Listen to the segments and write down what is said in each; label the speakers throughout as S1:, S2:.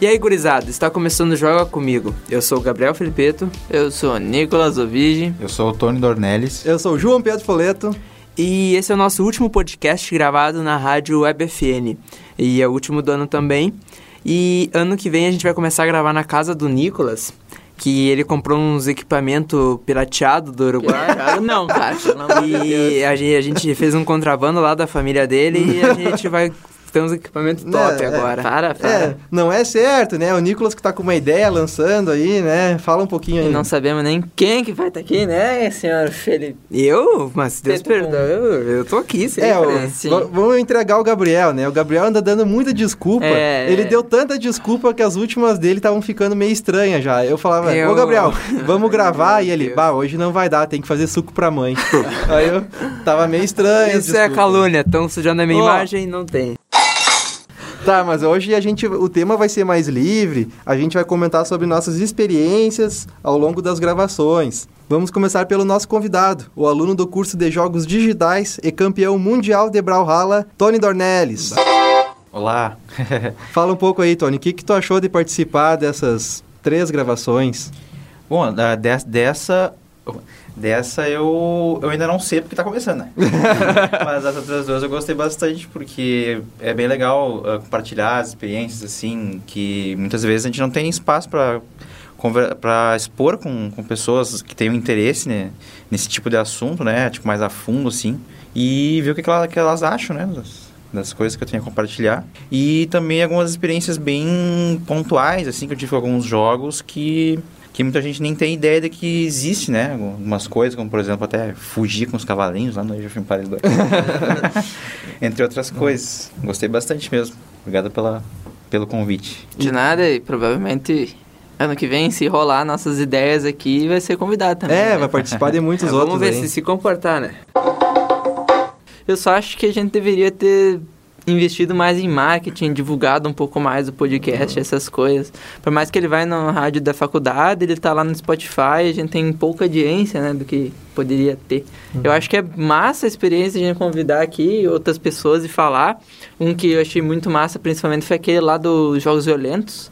S1: E aí, gurizada, está começando o Joga Comigo. Eu sou o Gabriel Felipeto.
S2: Eu sou o Nicolas Ovigi.
S3: Eu sou o Tony Dornelles.
S4: Eu sou o João Pedro Foleto.
S1: E esse é o nosso último podcast gravado na rádio WebFN. E é o último do ano também. E ano que vem a gente vai começar a gravar na casa do Nicolas, que ele comprou uns equipamentos pirateado do Uruguai.
S2: Não, cara.
S1: E a gente, a gente fez um contrabando lá da família dele e a gente vai ter uns equipamentos top
S4: É, é.
S1: agora.
S2: Para, para.
S4: É, não é certo, né? O Nicolas que tá com uma ideia lançando aí, né? Fala um pouquinho
S2: E
S4: aí.
S2: não sabemos nem quem que vai estar aqui, né, senhor Felipe?
S1: Eu? Mas Deus
S2: Tento
S1: perdoa, eu, eu tô aqui, sempre. né?
S4: É, o-
S2: é, sim.
S1: assim.
S4: va- vamos entregar o Gabriel, né? O Gabriel anda dando muita desculpa.
S2: É,
S4: ele
S2: é.
S4: deu tanta desculpa que as últimas dele estavam ficando meio estranhas já. Eu falava,
S1: Eu-
S4: ô Gabriel, vamos gravar. E
S1: Meu
S4: ele,
S1: Deus.
S4: bah, hoje não vai dar, tem que fazer suco pra mãe. aí eu tava meio estranho.
S1: Isso é calúnia, tão sujando a minha
S4: Ó.
S1: imagem, não tem.
S4: Tá, mas hoje a gente, o tema vai ser mais livre. A gente vai comentar sobre nossas experiências ao longo das gravações. Vamos começar pelo nosso convidado, o aluno do curso de jogos digitais e campeão mundial de Brawlhalla, Tony Dornelles.
S3: Olá.
S4: Fala um pouco aí, Tony, o que, que tu achou de participar dessas três gravações?
S3: Bom, da- des- dessa. Dessa eu, eu ainda não sei porque tá começando, né? Mas as outras duas eu gostei bastante porque é bem legal ah, compartilhar as experiências, assim, que muitas vezes a gente não tem espaço para para expor com, com pessoas que têm um interesse né, nesse tipo de assunto, né? Tipo, mais a fundo, assim. E ver o que, que, ela- que elas acham, né? Das, das coisas que eu tenho a compartilhar. E também algumas experiências bem pontuais, assim, que eu tive com alguns jogos que que muita gente nem tem ideia de que existe, né? Algumas coisas, como por exemplo, até fugir com os cavalinhos lá no Age of Empires 2. Entre outras coisas. Gostei bastante mesmo. Obrigado pela, pelo convite.
S2: De nada, e provavelmente ano que vem, se rolar nossas ideias aqui, vai ser convidado também.
S4: é,
S2: né?
S4: vai participar de muitos
S1: É,
S4: outros
S1: vamos ver
S4: aí.
S1: se se comportar, né?
S2: Eu só acho que a gente deveria ter
S1: É,
S2: investido mais em marketing, divulgado um pouco mais o podcast, essas coisas. Por mais que ele vai na rádio da faculdade, ele tá lá no Spotify, a gente tem pouca audiência, né, do que poderia ter. Eu acho que é massa a experiência de a gente convidar aqui outras pessoas e falar. Um que eu achei muito massa, principalmente, foi aquele lá dos Jogos Violentos,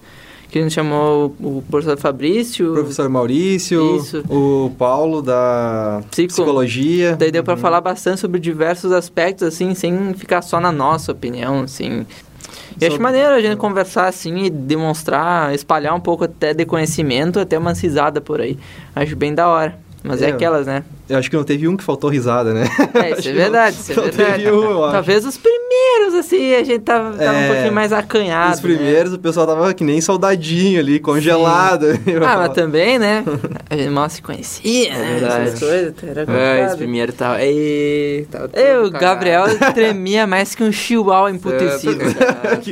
S2: que a gente chamou o o professor Fabrício,
S4: O professor Maurício,
S2: Isso.
S4: o Paulo da
S2: Psico-
S4: psicologia.
S2: Daí deu pra falar bastante sobre diversos aspectos, assim, sem ficar só na nossa opinião, assim. E acho
S4: Sobre- É.
S2: maneiro a gente conversar assim e demonstrar, espalhar um pouco até de conhecimento, até uma cisada por aí. Acho bem da hora. Mas é,
S4: É.
S2: aquelas, né?
S4: Eu acho que não teve um que faltou risada, né?
S2: É, isso é verdade, isso é
S4: Só
S2: verdade.
S4: teve um, eu acho.
S2: Talvez os primeiros, assim, a gente tava, tava um
S4: É.
S2: pouquinho mais acanhado. né?
S4: Os primeiros, o pessoal tava que nem soldadinho ali, congelado.
S2: Né? Ah, mas também, né? A gente mal se
S4: É
S2: conhecia, né?
S1: verdade.
S2: Essas coisas,
S1: Ah,
S2: era
S1: esse
S2: complicado.
S1: primeiro tava. Ei, tava tudo
S2: Eu,
S1: cagado.
S2: Gabriel, tremia mais que um chihuahua emputecido.
S1: Tanto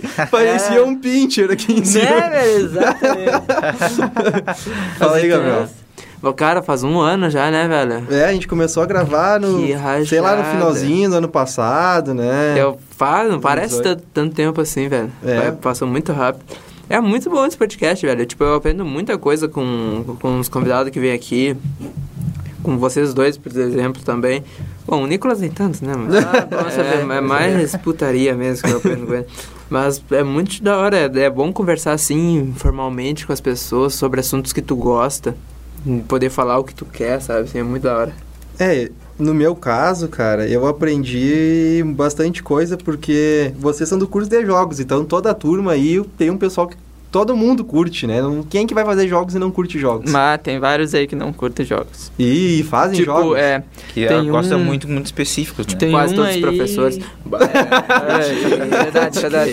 S1: cagado.
S4: Parecia um pincher aqui em cima.
S2: É. Né, velho? Exatamente.
S4: Fala aí, Gabriel.
S1: Bom, Cara, faz um ano já, né, velho?
S4: É, a gente começou a gravar no.
S1: Que rajada.
S4: Sei lá, no finalzinho do ano passado, né?
S1: Eu falo, não parece
S4: 18.
S1: tanto, tanto tempo assim, velho.
S4: É.
S1: Vai- Passou muito rápido. É muito bom esse podcast, velho. Tipo, eu aprendo muita coisa com, com os convidados que vêm aqui. Com vocês dois, por exemplo, também. Bom, o Nicolas nem tanto, né? Mas,
S2: bom
S1: é,
S2: saber.
S1: é mais putaria mesmo que eu aprendo com ele. Mas é muito da hora. É, é bom conversar assim, informalmente com as pessoas sobre assuntos que tu gosta. Poder falar o que tu quer, sabe? Assim, é muito da hora.
S4: É, no meu caso, cara, eu aprendi bastante coisa porque vocês são do curso de jogos, então toda a turma aí tem um pessoal que todo mundo curte, né? Não- Quem que vai fazer jogos e não curte jogos?
S2: Mas tem vários aí que não curtem jogos.
S4: E fazem
S2: tipo,
S4: jogos.
S2: é.
S3: Que
S2: Tem
S3: ela gosta
S2: um-
S3: muito, muito específicos, né?
S2: Tem
S1: Quase
S2: um
S1: todos os
S2: aí-
S1: professores.
S2: É, é verdade, é verdade.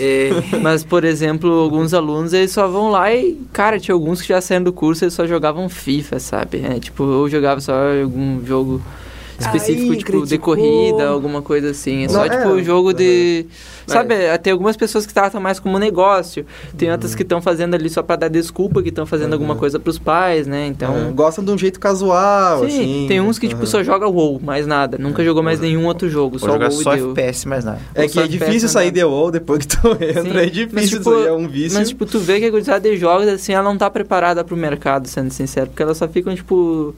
S2: Mas, por exemplo, alguns alunos eles só vão lá e, cara, tinha alguns que já saíram do curso eles só jogavam FIFA, sabe? É, tipo, ou jogava só algum jogo específico,
S1: Aí,
S2: tipo, de
S1: criticou.
S2: corrida, alguma coisa assim. É só,
S4: Não,
S2: tipo,
S4: é.
S2: um jogo de.
S1: É.
S2: Sabe, tem algumas pessoas que tratam mais como negócio, tem outras que
S4: Uhum.
S2: estão fazendo ali só pra dar desculpa, que estão fazendo alguma coisa pros pais, né? Então.
S4: Aham, Gostam de um jeito casual,
S2: Sim,
S4: assim.
S2: tem uns que tipo
S4: aham.
S2: só joga WoW, mais nada. Nunca jogou mais nenhum outro jogo,
S3: Vou
S2: só
S3: jogar
S2: WoW
S3: só
S2: e deu.
S3: FPS, mais nada.
S4: É
S2: ou
S4: que
S2: só
S4: é difícil
S2: FPS,
S4: sair
S2: né?
S4: de WoW depois que tu entra, é difícil,
S2: mas, tipo,
S4: isso aí é um vício.
S2: Mas tipo, tu vê que a gurizada de jogos assim, ela não tá preparada pro mercado, sendo sincero, porque elas só ficam tipo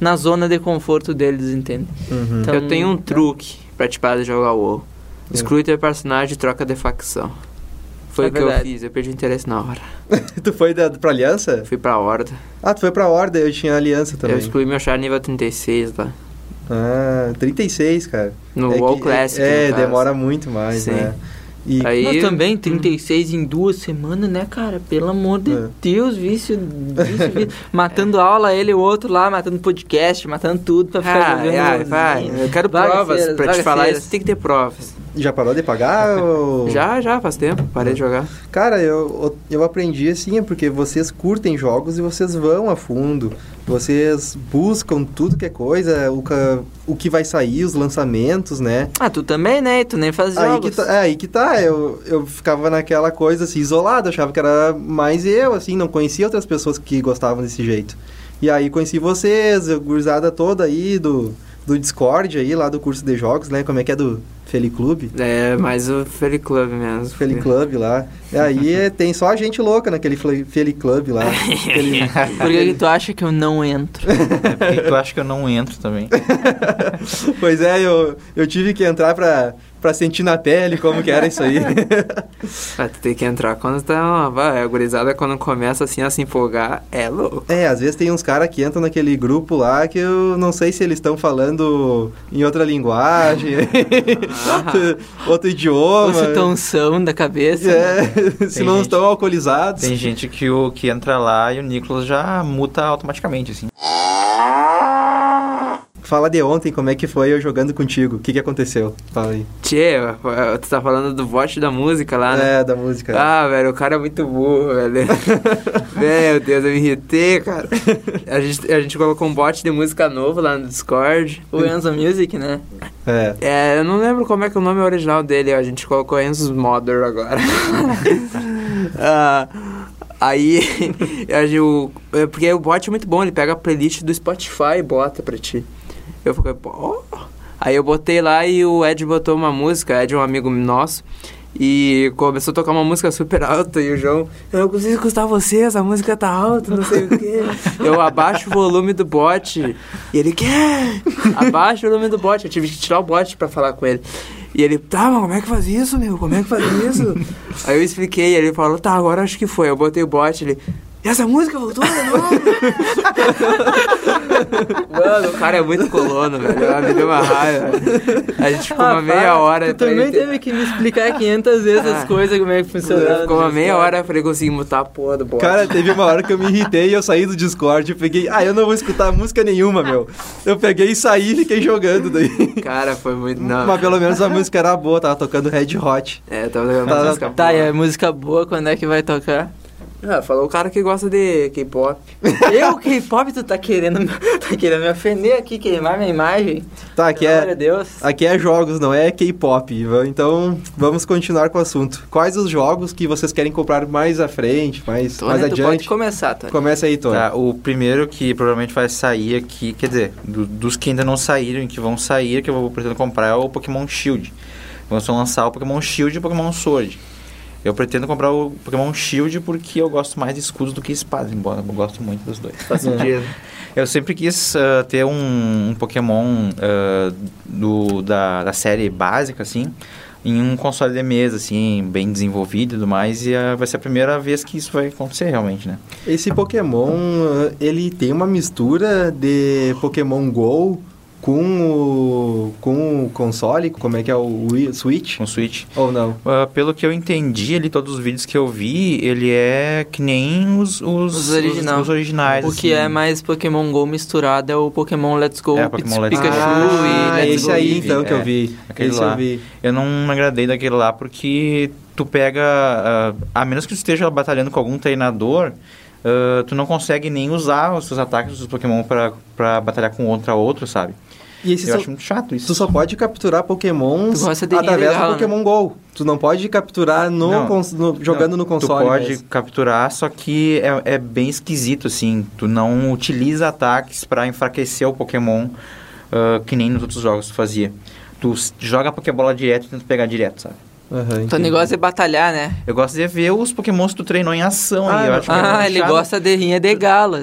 S2: na zona de conforto deles, entende?
S4: Uhum.
S2: Então,
S1: eu tenho um
S4: Hum.
S1: truque pra te parar de jogar o WoW. Exclui teu personagem e troca de facção. Foi
S2: É
S1: o que eu
S2: verdade.
S1: fiz, eu perdi o interesse na hora.
S4: tu foi da, pra aliança?
S1: Fui pra Horda.
S4: Ah, tu foi pra Horda, eu tinha aliança também.
S1: Eu excluí meu char nível 36 lá.
S4: Ah, 36, cara.
S1: No
S4: É
S1: Wall
S4: que-
S1: Classic.
S4: É,
S1: no caso.
S4: demora muito mais,
S1: Sim.
S4: né? E,
S1: Aí-
S2: Mas também 36 em duas semanas, né, cara? Pelo amor de
S4: É.
S2: Deus, vício, vício, vício. Matando aula, ele e o outro lá, matando podcast, matando tudo pra ficar
S1: Ah,
S2: jogando.
S1: ai, vai. Eu quero
S2: Bagaceiras,
S1: provas pra te falar
S2: bagaceiras.
S1: isso. Tem que ter provas.
S4: já parou de pagar? ou-
S1: Já, já, faz tempo. Parei de jogar.
S4: Cara, eu, eu aprendi assim, é porque vocês curtem jogos e vocês vão a fundo. Vocês buscam tudo que é coisa, o, ca- o que vai sair, os lançamentos, né?
S2: Ah, tu também, né? Tu nem faz
S4: Aí
S2: jogos.
S4: que, tá, é, aí que tá, eu, eu ficava naquela coisa assim, isolado, achava que era mais eu, assim, não conhecia outras pessoas que gostavam desse jeito. E aí conheci vocês, a gurizada toda aí do, do Discord aí, lá do curso de jogos, né? Como é que é do Feli Clube?
S1: É, mas o Feli Club mesmo.
S4: Feli Club lá. E aí é, tem só gente louca naquele Fle- Feli Club lá. Aquele-
S2: Por que, que tu acha que eu não entro?
S3: É, Porque tu acha que eu não entro também.
S4: pois é, eu, eu tive que entrar pra, pra sentir na pele como que era isso aí.
S1: Ah, tu tem que entrar quando tá. Vai, a gurizada quando começa assim a se empolgar, é louco.
S4: é, às vezes tem uns caras que entram naquele grupo lá que eu não sei se eles estão falando em outra linguagem, outro, outro
S2: Ou
S4: idioma.
S2: se tão são da cabeça. né?
S4: É, se
S3: Tem
S4: não
S3: gente-
S4: estão alcoolizados.
S3: Tem gente que, o, que entra lá e o Nicolas já muta automaticamente, assim.
S4: Fala de ontem, como é que foi eu jogando contigo? O que, que aconteceu? Fala aí.
S1: Tchê, eh, tu tá falando do bot da música lá, né?
S4: é, da música.
S1: Ah, velho, o cara é muito burro, velho. Meu Deus, eu me irritei, cara. A gente, a gente colocou um bot de música novo lá no Discord.
S2: O Enzo Music, né?
S4: É.
S1: É, eu não lembro como é que o nome original dele, ó, a gente colocou Enzo's Mother agora. Ah, aí, a gente- o- é porque o bot é muito bom, ele pega a playlist do Spotify e bota pra ti. Eu fiquei, pô... Aí eu botei lá e o Ed botou uma música, Ed é um amigo nosso, e começou a tocar uma música super alta e o João, eu não consigo escutar vocês, a música tá alta, não sei o quê. Eu abaixo o volume do bot e ele quer. Abaixa o volume do bot, eu tive que tirar o bot pra falar com ele. E ele, tá, mas como é que faz isso, meu? Como é que faz isso? Aí eu expliquei, ele falou, tá, agora acho que foi. Eu botei o bot, ele, e essa música voltou de novo? Mano, o cara é muito colono, velho. Ela me deu uma raiva. A gente ficou uma
S2: Rapaz,
S1: meia hora.
S2: Tu
S1: pra
S2: também
S1: ele-
S2: teve que me explicar 500 vezes as
S1: Ah.
S2: coisas, como é que funcionava.
S1: Ficou uma
S2: no
S1: meia
S2: Discord.
S1: hora pra ele conseguir mutar a porra do bot.
S4: Cara, teve uma hora que eu me irritei e eu saí do Discord. Eu peguei, ah, eu não vou escutar música nenhuma, meu. Eu peguei e saí e fiquei jogando daí.
S1: Cara, foi muito. Não.
S4: Mas pelo menos a música era boa, tava tocando Red Hot.
S1: É, tava jogando
S4: Tá,
S1: música
S2: Tá,
S1: boa.
S2: e a música boa, quando é que vai tocar?
S1: Ah, falou o cara que gosta de K-pop.
S2: Eu, K-pop, tu tá querendo, tá querendo me ofender aqui, queimar minha imagem?
S4: Tá, aqui
S2: Pelo amor de
S4: é,
S2: Deus.
S4: aqui é jogos, não é K-pop. Então vamos continuar com o assunto. Quais os jogos que vocês querem comprar mais à frente, mais,
S2: Tony,
S4: mais
S2: tu pode
S4: adiante?
S2: começar, Tony.
S4: Começa aí, Tony.
S3: Tá, o primeiro que provavelmente vai sair aqui, quer dizer, do- dos que ainda não saíram e que vão sair, que eu vou pretendo comprar, é o Pokémon Shield. Vão só lançar o Pokémon Shield e o Pokémon Sword. Eu pretendo comprar o Pokémon Shield porque eu gosto mais de escudo do que espada, embora eu gosto muito dos dois.
S1: Faz um sentido.
S3: Eu sempre quis ah, ter um, um Pokémon ah, do, da, da série básica, assim, em um console de mesa, assim, bem desenvolvido e tudo mais, e ah, vai ser a primeira vez que isso vai acontecer realmente, né?
S4: Esse Pokémon, ah, ele tem uma mistura de Pokémon GO com o, com o console, como é que é o Wii- Switch?
S3: Com Switch.
S4: Ou não?
S3: Ah, pelo que eu entendi ali, todos os vídeos que eu vi, ele é que nem os, os,
S2: Os original.
S3: os- os originais.
S2: O que
S3: assim.
S2: é mais Pokémon GO misturado é o Pokémon Let's Go
S3: É, Pokémon
S2: Pits-
S3: Let's Go.
S2: Pikachu
S4: ah,
S2: e Let's
S4: esse
S2: Go
S4: aí
S2: Eevee.
S4: então que eu
S3: é,
S4: vi.
S3: aquele
S4: esse
S3: lá.
S4: eu
S2: é
S4: vi.
S3: Eu não me agradei daquele lá porque tu pega. ah, a menos que tu esteja batalhando com algum treinador, ah, tu não consegue nem usar os seus ataques dos Pokémon pra, pra batalhar com outro a outro, sabe?
S4: E esse
S3: eu
S4: só,
S3: acho muito chato isso.
S4: tu só pode capturar pokémons
S2: Tu gosta de
S4: através
S2: ilegal,
S4: do Pokémon GO. Tu não pode capturar no,
S3: Não.
S4: cons- no- jogando no console.
S3: Tu pode
S4: mesmo.
S3: capturar, só que é, é bem esquisito, assim. Tu não utiliza ataques pra enfraquecer o Pokémon, ah, que nem nos outros jogos tu fazia. Tu s- joga a Pokébola direto e tenta pegar direto, sabe?
S4: Aham,
S2: Teu
S4: entendi.
S2: negócio é batalhar, né?
S3: Eu gosto de ver os pokémons que tu treinou em ação aí. Eu acho que é
S2: ah,
S3: muito
S2: ele
S3: chato.
S2: gosta de rinha de galo,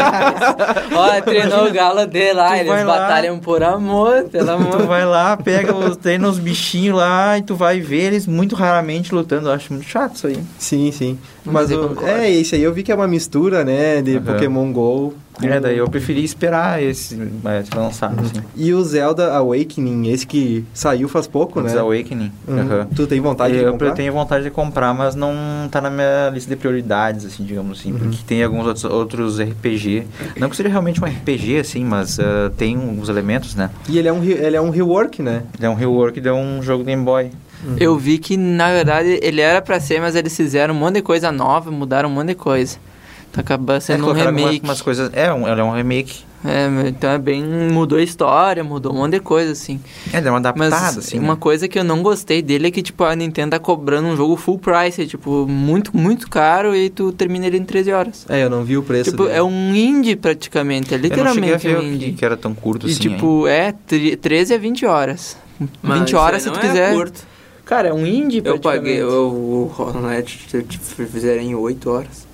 S2: exatamente. Olha, treinou o galo de
S3: tu
S2: lá, eles
S3: vai lá-
S2: batalham por amor, pelo
S3: Tu
S2: amor.
S3: vai lá, pega, os- treina os bichinhos lá e tu vai ver eles muito raramente lutando. Eu acho muito chato isso aí.
S4: Sim, sim.
S2: Não
S4: Mas
S2: sei,
S4: o-
S2: concordo.
S4: é isso aí, eu vi que é uma mistura, né, de
S3: Aham.
S4: Pokémon GO. com-
S3: É, daí eu preferi esperar esse mas lançar, assim.
S4: E o Zelda Awakening, esse que saiu faz pouco, né?
S3: Os Awakening.
S4: Uhum.
S3: Aham.
S4: Tu tem vontade de
S3: eu
S4: comprar?
S3: tenho vontade de comprar, mas não tá na minha lista de prioridades, assim, digamos assim, porque
S4: Uhum.
S3: tem alguns outros, outros RPG. Não que seja realmente um RPG, assim, mas ah, tem uns elementos, né?
S4: E ele é, um, re- ele é um rework, né?
S3: Ele é um rework de um jogo Game Boy.
S2: Eu vi que, na verdade, ele era pra ser, mas eles fizeram um monte de coisa nova, mudaram um monte de coisa. Então acabou sendo um
S3: É colocaram algumas-
S2: remake.
S3: umas coisas. É, um, ele é um remake.
S2: É, então é bem. Mudou a história, mudou um monte de coisa, assim.
S3: É, ele é um adaptado,
S2: Mas
S3: assim.
S2: uma
S3: né?
S2: coisa que eu não gostei dele é que, tipo, a Nintendo tá cobrando um jogo full price, tipo, muito, muito caro e tu termina ele em 13 horas.
S4: É, eu não vi o preço.
S2: Tipo,
S4: dele.
S2: é um indie praticamente, é
S3: eu não
S2: literalmente
S3: cheguei a
S2: um
S3: ver o que,
S2: indie.
S3: que era tão curto
S2: E
S3: assim. ainda.
S2: tipo, é tre- 13 a 20 horas. 20 horas
S1: é
S2: se tu quiser. Cara, é um indie
S1: Eu paguei
S2: praticamente.
S1: o Hornet
S2: tipo,
S1: fizeram em 8 horas.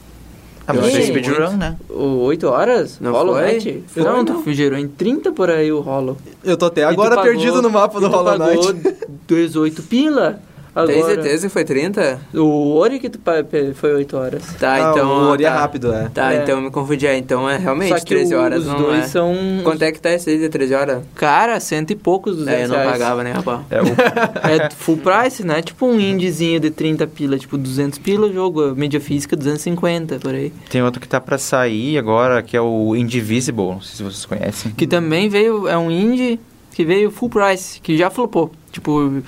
S3: Ah, mas
S2: eu
S3: isso é
S2: achei
S3: speedrun,
S1: muito.
S3: né?
S2: O 8 horas?
S1: Não
S2: Hollow
S1: foi?
S2: Knight?
S1: Foi,
S2: não,
S1: não.
S2: tu gerou em 30 por aí o Hollow.
S4: Eu tô até
S2: E tu
S4: agora
S2: pagou-
S4: perdido no mapa do
S2: e tu
S4: Hollow Knight.
S2: pagou 18 pila. Agora,
S1: Tem certeza que foi 30?
S2: O Ori que tu pa- pe- foi 8 horas.
S1: Tá,
S4: Ah,
S1: então.
S4: o Ori é
S1: tá.
S4: rápido, é.
S1: Tá,
S2: É.
S1: então eu me confundi. É, então é realmente
S2: Só que
S1: 13
S2: o-
S1: horas,
S2: os
S1: não
S2: dois
S1: é?
S2: são...
S1: Quanto é que tá esse aí de 13 horas?
S2: Cara, cento e poucos, 200
S1: É, eu não
S2: reais.
S1: pagava, né, rapaz?
S3: É o
S2: É full price, né? Tipo um indiezinho de 30 pila, tipo 200 pila o jogo. Mídia física 250, por aí.
S3: Tem outro que tá pra sair agora, que é o Indivisible, não sei se vocês conhecem.
S2: Que também veio, é um indie que veio full price, que já flopou. Tipo,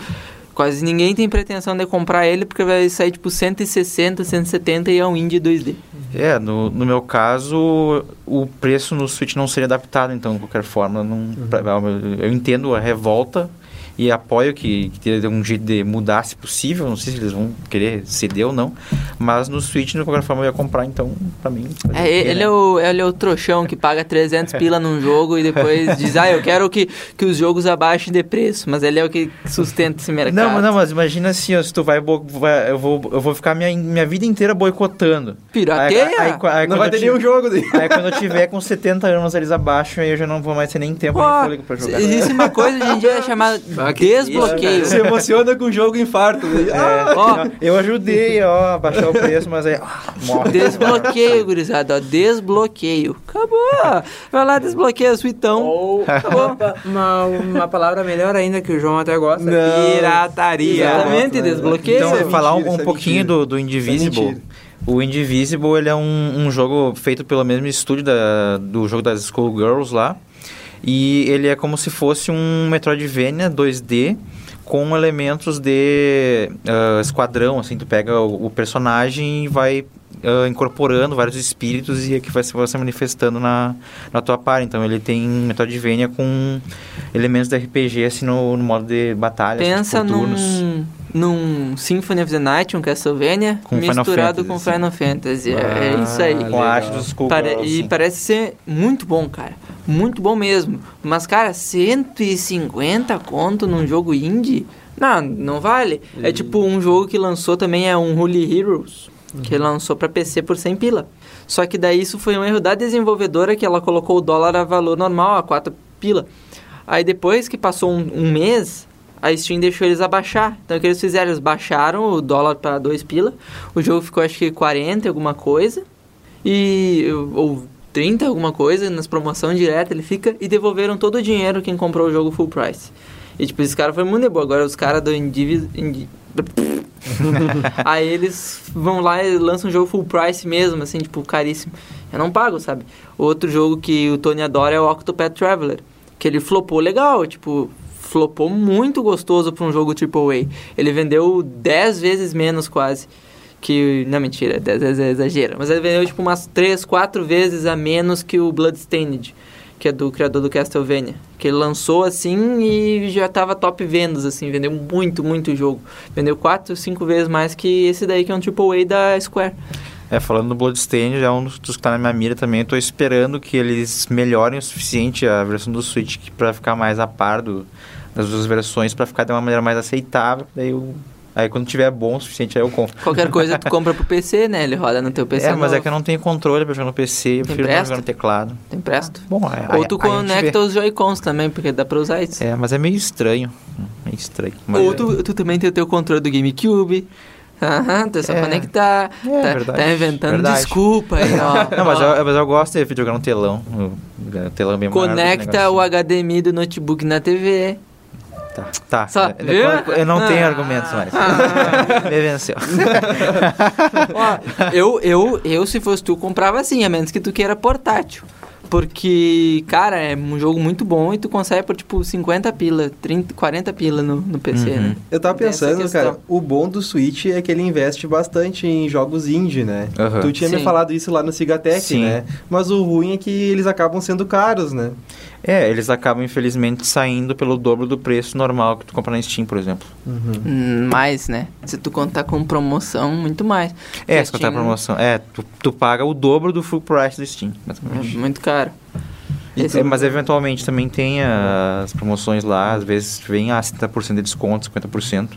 S2: quase ninguém tem pretensão de comprar ele porque vai sair tipo 160, 170 e é um indie 2D.
S3: É, no, no meu caso, o preço no Switch não seria adaptado, então, de qualquer forma. Não, pra- eu entendo a revolta e apoio que, que teria um jeito de mudar, se possível. Não sei se eles vão querer ceder ou não. Mas no Switch, de qualquer forma, eu ia comprar, então, pra mim... fazer o
S2: É,
S3: quê,
S2: ele,
S3: né?
S2: é o, ele é o trouxão que paga 300 pila num jogo e depois diz, ah, eu quero que, que os jogos abaixem de preço, mas ele é o que sustenta esse mercado.
S3: Não, mas, não, mas imagina assim, ó, se tu vai, bo- vai- eu, vou, eu vou ficar minha, minha vida inteira boicotando.
S2: Pirateia!
S3: Aí- aí- aí- aí
S4: não
S3: quando
S4: vai
S3: eu
S4: ter
S3: ti-
S4: nenhum jogo né? dele.
S3: Aí quando eu tiver com 70 anos eles abaixam, aí eu já não vou mais ter nem tempo
S2: Ó,
S3: nem fôlego pra jogar.
S2: Existe uma coisa hoje em dia chamada
S1: Ah, que
S2: desbloqueio.
S4: Se emociona com o jogo infarto. né? Ah,
S3: É,
S2: Ó.
S3: eu ajudei, ó, a baixar o preço, mas aí. ah, morre.
S2: Desbloqueio, gurizada, ó, desbloqueio. Acabou! Vai lá, desbloqueia então. o suitão.
S1: Ou então uma, uma palavra melhor ainda que o João até gosta.
S4: Não.
S1: Pirataria.
S2: Exatamente,
S4: Exato, né?
S2: desbloqueio.
S3: Então,
S4: Isso é
S3: eu vou falar
S4: mentira,
S3: um,
S4: isso é
S3: pouquinho
S4: mentira.
S3: do, do
S4: Isso é
S3: Indivisible.
S4: mentira.
S3: o Indivisible ele é um, um jogo feito pelo mesmo estúdio da- do jogo das Schoolgirls lá. E ele é como se fosse um Metroidvania 2D com elementos de ah, esquadrão, assim, tu pega o, o personagem e vai ah, incorporando vários espíritos e aqui vai se, vai se manifestando na, na tua par. Então ele tem Metroidvania com elementos de RPG, assim, no, no modo de batalha. assim,
S2: Pensa
S3: por turnos.
S2: num, num Symphony of the Night, um Castlevania,
S3: Com Final
S2: misturado
S3: Fantasy,
S2: com
S3: assim.
S2: Final Fantasy. é
S4: Ah,
S2: isso aí.
S3: com a arte
S4: legal.
S3: dos Skull
S2: Pare-
S3: Girls,
S2: e
S3: assim.
S2: parece ser muito bom, cara. Muito bom mesmo. Mas, cara, 150 conto num jogo indie? Não, não vale. É tipo um jogo que lançou também, é um Holy Heroes. Que lançou pra PC por 100 pila. Só que daí isso foi um erro da desenvolvedora que ela colocou o dólar a valor normal, a 4 pila. Aí depois que passou um, um mês, a Steam deixou eles abaixar. Então o que eles fizeram? Eles baixaram o dólar pra 2 pila. O jogo ficou acho que 40, alguma coisa e ou 30 alguma coisa nas promoções direta ele fica e devolveram todo o dinheiro quem comprou o jogo full price. E tipo, esse cara foi muito de boa. Agora os caras do Indivis... Indi... Aí eles vão lá e lançam um jogo full price mesmo, assim, tipo, caríssimo. Eu não pago, sabe? Outro jogo que o Tony adora é o Octopath Traveler, que ele flopou legal, tipo, flopou muito gostoso pra um jogo AAA. Ele vendeu 10 vezes menos quase. Que, não, mentira, 10 vezes é exagero. Mas ele vendeu, tipo, umas 3, 4 vezes a menos que o Bloodstained, que é do criador do Castlevania. Que ele lançou, assim, e já tava top vendas, assim. Vendeu muito, muito o jogo. Vendeu 4, 5 vezes mais que esse daí, que é um AAA da Square.
S3: É, falando do Bloodstained, é um dos dos que tá na minha mira também. Eu tô esperando que eles melhorem o suficiente a versão do Switch que- pra ficar mais a par do- das duas versões, pra ficar de uma maneira mais aceitável. Daí eu Aí quando tiver bom o suficiente, aí eu compro.
S2: Qualquer coisa tu compra pro PC, né? Ele roda no teu PC.
S3: é, mas
S2: novo.
S3: é que eu não tenho controle pra jogar no PC, eu prefiro
S2: Empresta?
S3: jogar no teclado.
S2: Tu empresta.
S3: Bom, é,
S2: Ou tu conecta os Joy-Cons também, porque dá pra usar isso.
S3: É, mas é meio estranho. Meio estranho. Mas é.
S2: Ou tu, tu também tem o teu controle do GameCube. Aham, tu é só
S3: É.
S2: conectar.
S3: É,
S2: tá,
S3: verdade,
S2: tá inventando
S3: verdade.
S2: desculpa aí, ó.
S3: Não, mas
S2: Ó,
S3: eu, mas eu gosto de jogar no telão. O telão é bem maior do que
S2: Conecta
S3: negócio.
S2: o HDMI do notebook na TV.
S3: Tá, tá.
S2: Só-
S3: Eu-
S2: Viu?
S3: eu, eu não tenho
S2: Ah.
S3: argumentos mais.
S2: Ah.
S3: Me venceu.
S2: Ó, eu, eu, eu, se fosse tu, comprava assim, a menos que tu queira portátil. Porque, cara, é um jogo muito bom e tu consegue por, tipo, 50 pila, 30, 40 pila no, no PC,
S3: Uhum.
S2: né?
S4: Eu tava
S2: Tem essa
S4: pensando,
S2: questão.
S4: cara, o bom do Switch é que ele investe bastante em jogos indie, né?
S3: Aham.
S4: Tu tinha me
S2: Sim.
S4: falado isso lá no Cigatec,
S3: Sim.
S4: né? Mas o ruim é que eles acabam sendo caros, né?
S3: É, eles acabam, infelizmente, saindo pelo dobro do preço normal que tu compra na Steam, por exemplo. Uhum.
S2: Hum, Mais, né? Se tu contar com promoção, muito mais.
S3: É,
S2: Porque assim,
S3: se contar a
S2: Steam- né?
S3: promoção. É, tu, tu paga o dobro do full price do Steam,
S2: É
S3: basicamente.
S2: muito caro.
S3: E
S2: Esse- é
S3: tu- mas eventualmente também tem as promoções lá, às vezes vem ah, a 70% de desconto, 50%.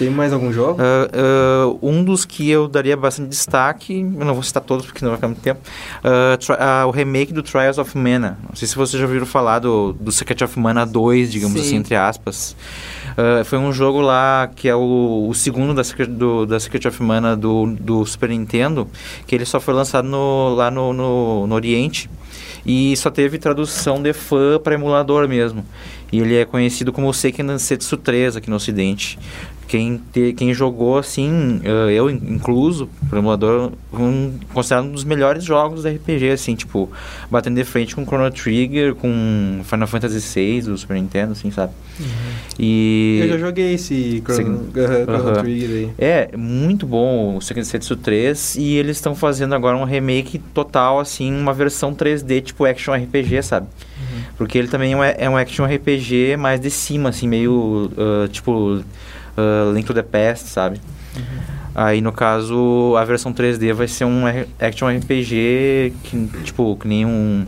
S4: Tem mais algum jogo?
S3: Ah, ah, um dos que eu daria bastante destaque, eu não vou citar todos porque não vai ficar muito tempo, ah, tri- ah, o remake do Trials of Mana. Não sei se vocês já ouviram falar do, do Secret of Mana 2, digamos
S2: Sim.
S3: assim, entre aspas. Ah, foi um jogo lá que é o, o segundo da Secret, do, da Secret of Mana do, do Super Nintendo, que ele só foi lançado no- lá no, no, no Oriente e só teve tradução de fã para emulador mesmo. E ele é conhecido como Seiken Densetsu 3 aqui no Ocidente. Quem, te- quem jogou, assim, eh, eu in- incluso, pro emulador, um, considerado um dos melhores jogos da RPG, assim, tipo, batendo de frente com Chrono Trigger, com Final Fantasy VI do Super Nintendo, assim, sabe? E...
S4: Uhum. Eu já joguei esse Chrono, Aham, Chrono
S3: Aham.
S4: Trigger aí.
S3: É, muito bom o Secret Setsu 3 e eles estão fazendo agora um remake total, assim, uma versão 3D, tipo action RPG, sabe?
S4: Uhum.
S3: Porque ele também é um- é um action RPG mais de cima, assim, meio ah, tipo ah, Link to the Past, sabe?
S4: Uhum.
S3: Aí, no caso, a versão 3D vai ser um R- action RPG que, tipo, que nem um